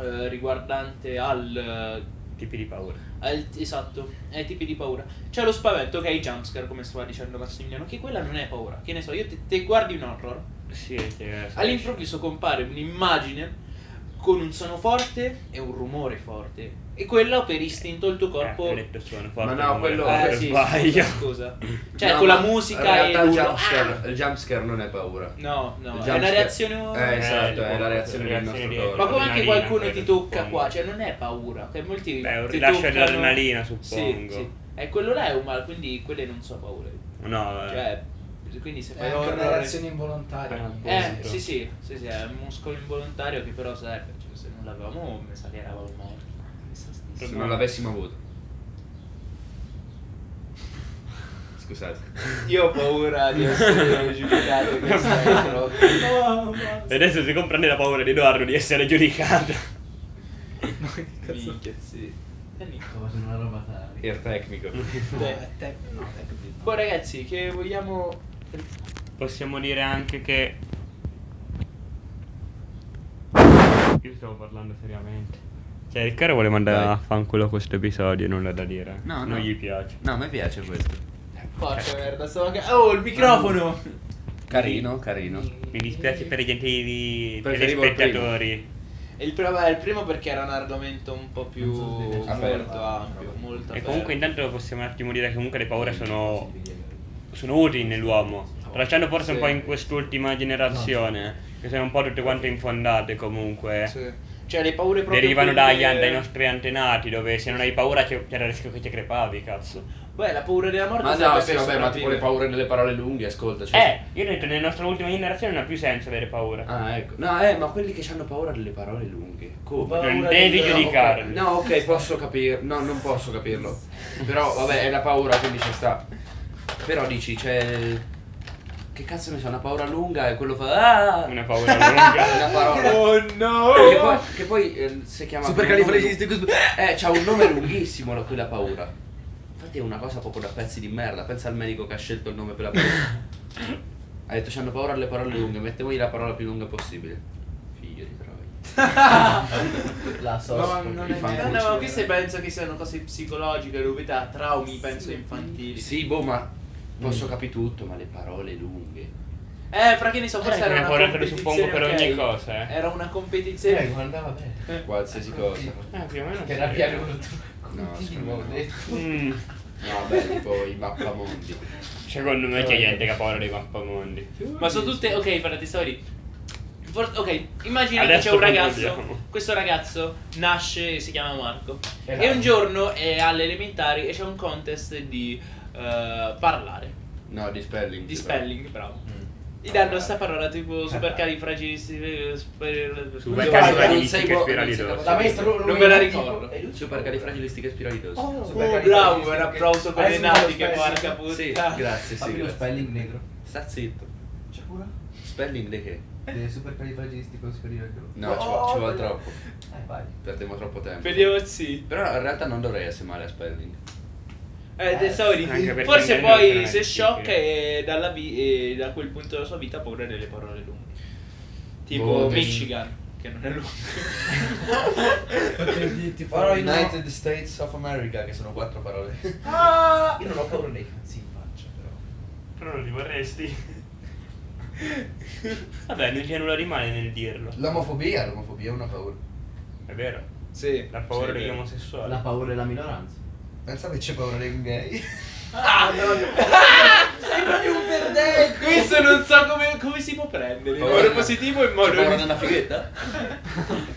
Speaker 3: eh, riguardante al
Speaker 5: Tipi di paura.
Speaker 3: al- esatto, ai tipi di paura. C'è lo spavento che è i jumpscare, come stava dicendo Massimiliano, che quella non è paura. Che ne so, io te, te guardi un horror,
Speaker 5: Sì, sì, eh, sì.
Speaker 3: all'improvviso compare un'immagine con un suono forte e un rumore forte. E quello per istinto il tuo
Speaker 5: Eh,
Speaker 3: corpo...
Speaker 5: ho detto suono forte.
Speaker 4: Ma no,
Speaker 5: non
Speaker 4: quello-
Speaker 5: era-
Speaker 3: Eh,
Speaker 5: per
Speaker 3: sì,
Speaker 5: sbaglio.
Speaker 3: scusa, scusa. Cioè,
Speaker 4: No,
Speaker 3: con la
Speaker 4: ma
Speaker 3: musica
Speaker 4: In
Speaker 3: e...
Speaker 4: realtà il
Speaker 3: l'urlo, "Ah!"
Speaker 4: jumpscare, il jumpscare non è paura.
Speaker 3: No,
Speaker 4: Il
Speaker 3: no, è
Speaker 4: jumpscare-
Speaker 3: una reazione...
Speaker 4: Eh, esatto,
Speaker 5: Eh,
Speaker 4: è la reazione del
Speaker 5: reazione
Speaker 4: nostro
Speaker 5: di-
Speaker 4: corpo.
Speaker 3: Ma come anche
Speaker 5: Adrenalina,
Speaker 3: qualcuno
Speaker 5: credo,
Speaker 3: ti tocca
Speaker 5: suppongo.
Speaker 3: qua, cioè non è paura, che molti
Speaker 5: Beh, un
Speaker 3: ti
Speaker 5: rilascio di
Speaker 3: toccano-
Speaker 5: adrenalina,
Speaker 3: Sì,
Speaker 5: suppongo.
Speaker 3: sì. E quello là è un male, quindi quelle non so paure.
Speaker 5: No, eh.
Speaker 3: Cioè, quindi se
Speaker 7: È
Speaker 3: fai
Speaker 7: anche una
Speaker 3: horror-
Speaker 7: reazione involontaria.
Speaker 3: Eh, sì, sì, sì, sì, è un muscolo involontario che però serve, cioè se non l'avevamo me sa che eravamo morti.
Speaker 4: Se non l'avessimo avuto. Scusate.
Speaker 3: Io ho paura di essere giudicato che
Speaker 5: E adesso si comprende la paura di Edoardo di essere giudicato.
Speaker 1: Cosa, una roba tale.
Speaker 4: Il tecnico.
Speaker 7: Te- te- no, te-
Speaker 3: Boh ragazzi, che vogliamo...
Speaker 5: Possiamo dire anche che. Io stavo parlando seriamente. Cioè, Riccardo vuole mandare
Speaker 4: Dai.
Speaker 5: a fanculo questo episodio, nulla da dire.
Speaker 4: No, no.
Speaker 5: Non gli piace.
Speaker 4: No, a me piace questo.
Speaker 3: Porca merda, stavo... ca- Oh, il microfono!
Speaker 4: Carino, carino.
Speaker 5: Mi dispiace per i gentili
Speaker 4: Preferivo il primo.
Speaker 5: telespettatori.
Speaker 3: E il, primo, eh, il primo perché era un argomento un po' più molto
Speaker 4: Aperto.
Speaker 3: ampio, molto
Speaker 5: E
Speaker 3: aperto.
Speaker 5: comunque intanto possiamo un attimo dire che comunque le paure sono, sono utili nell'uomo. Tracciando forse un
Speaker 3: Sì.
Speaker 5: po' in quest'ultima generazione, che sono un po' tutte quante infondate comunque.
Speaker 3: Sì. Cioè le paure proprio...
Speaker 5: Derivano
Speaker 3: quelle-
Speaker 5: dai, dai nostri antenati, dove se non hai paura c'è- c'era il rischio che ti crepavi, cazzo.
Speaker 3: Beh, la paura della morte
Speaker 4: Ma
Speaker 3: serve
Speaker 4: Ah, no, sì,
Speaker 3: per
Speaker 4: vabbè, ma tipo le
Speaker 3: sopravvivere.
Speaker 4: paure nelle parole lunghe, ascolta. cioè-
Speaker 5: Eh, io ho detto, nella nostra ultima generazione non ha più senso avere paura.
Speaker 4: Ah, ecco. No, eh, ma quelli che hanno paura delle parole lunghe. Come?
Speaker 5: non
Speaker 3: paura
Speaker 5: devi
Speaker 3: del-
Speaker 5: giudicarli.
Speaker 4: No, ok, posso capirlo. No, non posso capirlo. Però, vabbè, è la paura, quindi ci sta. Però dici, cioè. Che cazzo ne so, una paura lunga e quello fa. Ah!
Speaker 5: Una paura lunga.
Speaker 4: Una parola.
Speaker 3: Oh no!
Speaker 4: Che poi, che poi eh, si chiama.
Speaker 2: Supercalifragilisticus-
Speaker 4: Eh, c'ha un nome lunghissimo la quella paura. Infatti è una cosa proprio da pezzi di merda. Pensa al medico che ha scelto il nome per la paura. ha detto c'hanno paura delle parole lunghe, mettemogli la parola più lunga possibile. Figlio di troia.
Speaker 2: La
Speaker 7: No,
Speaker 2: sosta.
Speaker 7: non
Speaker 4: Fanculo.
Speaker 7: è
Speaker 3: Eh, No,
Speaker 7: neanche-
Speaker 3: no, ma
Speaker 4: eh.
Speaker 3: queste penso che siano cose psicologiche dovute a traumi, penso, infantili.
Speaker 4: Sì, boh, ma
Speaker 3: Mm.
Speaker 4: posso capire tutto, ma le parole lunghe.
Speaker 3: Eh, fra che ne so, forse
Speaker 5: Eh,
Speaker 3: era
Speaker 5: ma
Speaker 3: una
Speaker 5: ora te lo
Speaker 3: competizione.
Speaker 5: suppongo per
Speaker 3: ok?
Speaker 5: ogni cosa, eh.
Speaker 3: Era una
Speaker 2: Eh,
Speaker 3: competizione.
Speaker 2: guardava bene.
Speaker 4: Qualsiasi
Speaker 3: Ecco,
Speaker 4: cosa.
Speaker 5: Eh, più o meno.
Speaker 2: Terapia
Speaker 5: sì.
Speaker 2: d'urto.
Speaker 4: No, secondo me no.
Speaker 5: Mm.
Speaker 4: No, beh, tipo i mappamondi.
Speaker 5: Secondo me c'è gente che ha paura dei mappamondi.
Speaker 3: Ma sono tutte. Ok, frate, stavo lì. For- ok, immagina
Speaker 5: Adesso
Speaker 3: che c'è un ragazzo.
Speaker 5: concludiamo.
Speaker 3: Questo ragazzo nasce e si chiama Marco.
Speaker 7: Esatto.
Speaker 3: E un giorno è alle elementari e c'è un contest di eh, parlare.
Speaker 4: No, di spelling.
Speaker 3: Di
Speaker 4: tipo.
Speaker 3: spelling, bravo.
Speaker 4: Mm.
Speaker 3: Gli danno sta parola tipo supercalifragilistico. eh, Super...
Speaker 5: Supercalifragilistica spiralidosa.
Speaker 7: La maestra lo- lo-
Speaker 3: Non me la ricordo.
Speaker 4: Supercalifragilistica spiralidosa.
Speaker 3: Oh, bravo, un applauso per le
Speaker 7: Adesso mi fa lo
Speaker 3: natiche,
Speaker 7: spelling.
Speaker 3: porca puttana.
Speaker 4: Sì, grazie, sì.
Speaker 1: Apri lo
Speaker 4: grazie.
Speaker 1: spelling negro.
Speaker 4: Sta zitto.
Speaker 1: C'è pure?
Speaker 4: Spelling di che?
Speaker 1: Del supercalifragilistico superiore.
Speaker 4: No, ci, vuole- ci vuole troppo.
Speaker 1: Eh, vai.
Speaker 4: Perdiamo troppo tempo.
Speaker 3: Vediamo sì.
Speaker 4: Però in realtà non dovrei essere male a spelling.
Speaker 3: Eh,
Speaker 1: Eh,
Speaker 3: tesori,
Speaker 5: anche perché
Speaker 3: forse
Speaker 5: non è
Speaker 3: poi
Speaker 5: una
Speaker 3: se
Speaker 5: difficile.
Speaker 3: sciocca e, dalla vi- e da quel punto della sua vita ha paura delle parole lunghe. Tipo
Speaker 4: Boh, che-
Speaker 3: Michigan, che non è lungo.
Speaker 7: Ti
Speaker 1: Però
Speaker 7: farò in
Speaker 1: United
Speaker 7: United.
Speaker 1: States of America, che sono quattro parole.
Speaker 7: Ah!
Speaker 1: Io non ho paura dei cazzi in faccia, però.
Speaker 5: Però non li vorresti. Vabbè, non c'è nulla di male nel dirlo.
Speaker 1: L'omofobia, l'omofobia è una paura.
Speaker 5: È vero.
Speaker 3: Sì.
Speaker 5: La paura
Speaker 4: Sì,
Speaker 5: degli
Speaker 4: vero.
Speaker 5: omosessuali.
Speaker 2: La paura della minoranza.
Speaker 1: Pensa che c'è paura dei gay.
Speaker 3: Questo non so come, come si può prendere. In
Speaker 4: Paura
Speaker 3: modo
Speaker 4: della-
Speaker 3: positivo e in
Speaker 4: C'è paura
Speaker 3: modo.
Speaker 4: della fighetta?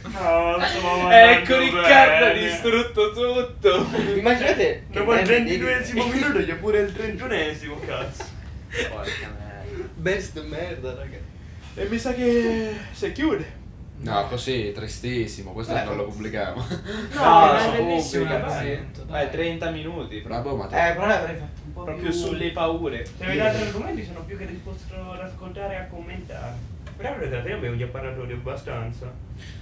Speaker 5: No, sto
Speaker 3: Ecco Riccardo ha distrutto tutto.
Speaker 2: Immaginate. Cioè, che
Speaker 5: Dopo il
Speaker 2: Henry David-
Speaker 5: 22esimo minuto c'è pure il 31esimo, cazzo.
Speaker 1: Porca merda.
Speaker 2: Best merda, raga.
Speaker 3: E mi sa che si chiude.
Speaker 4: No, così, tristissimo. Questo
Speaker 1: Beh.
Speaker 4: non lo pubblicato
Speaker 7: No,
Speaker 3: No,
Speaker 7: è
Speaker 3: no,
Speaker 7: bellissimo
Speaker 3: pubblica,
Speaker 7: l'argomento, dai.
Speaker 3: Vai, 30 minuti. fra-
Speaker 4: Bravo, boh, ma
Speaker 7: Eh, però ne avrei fatto un po'
Speaker 3: Proprio
Speaker 7: più-
Speaker 2: Eh,
Speaker 3: sulle paure.
Speaker 5: Se avete altri argomenti sono più che disposto ad ascoltare e a commentare. Però in realtà abbiamo già parlato di abbastanza.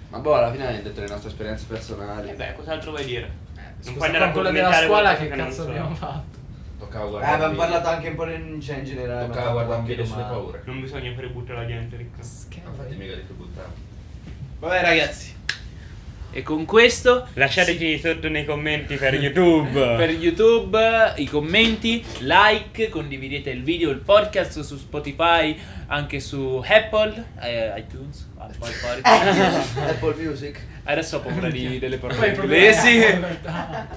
Speaker 4: Ma boh, alla fine hai detto le nostre esperienze personali.
Speaker 5: E Eh beh, cos'altro vuoi dire?
Speaker 6: Eh, Scusa,
Speaker 5: puoi andare
Speaker 6: con
Speaker 5: a
Speaker 6: quella della
Speaker 5: commentare
Speaker 6: scuola
Speaker 5: qualcosa
Speaker 6: che
Speaker 5: che non
Speaker 6: cazzo
Speaker 5: so.
Speaker 6: abbiamo fatto?
Speaker 4: Toccava
Speaker 7: Eh,
Speaker 4: guardare.
Speaker 7: abbiamo
Speaker 4: video.
Speaker 7: parlato anche un po' di- cioè, in generale.
Speaker 4: Toccava guardare un video sulle paure.
Speaker 5: Non bisogna fare buttare la gente, Riccardo.
Speaker 4: Non fate mica di più buttare.
Speaker 3: Vabbè ragazzi. E con questo
Speaker 5: Lasciateci sotto nei commenti per YouTube.
Speaker 3: per YouTube eh, i commenti, like, condividete il video, il podcast su Spotify, anche su Apple, eh, iTunes, Apple Podcast.
Speaker 1: Apple Music.
Speaker 3: Adesso ho paura di, delle
Speaker 6: Poi
Speaker 3: parole
Speaker 6: il problema è-
Speaker 3: inglesi.
Speaker 6: in realtà.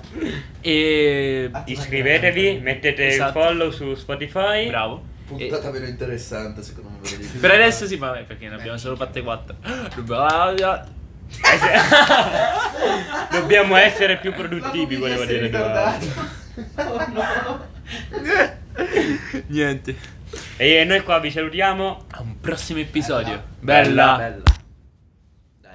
Speaker 3: E
Speaker 5: Iscrivetevi, mettete
Speaker 3: Esatto.
Speaker 5: il follow su Spotify.
Speaker 3: bravo. E
Speaker 1: Puntata meno interessante, secondo me. ve lo dico.
Speaker 3: per adesso sì, vabbè, perché ne abbiamo solo fatte quattro.
Speaker 5: Dobbiamo essere più produttivi,
Speaker 7: L'avvocato
Speaker 5: volevo
Speaker 7: si è
Speaker 5: dire.
Speaker 7: ricordato.
Speaker 5: Edoardo.
Speaker 6: Oh,
Speaker 3: Niente.
Speaker 5: E noi qua vi salutiamo.
Speaker 3: A un prossimo episodio.
Speaker 1: Bella,
Speaker 3: Bella.
Speaker 1: bella.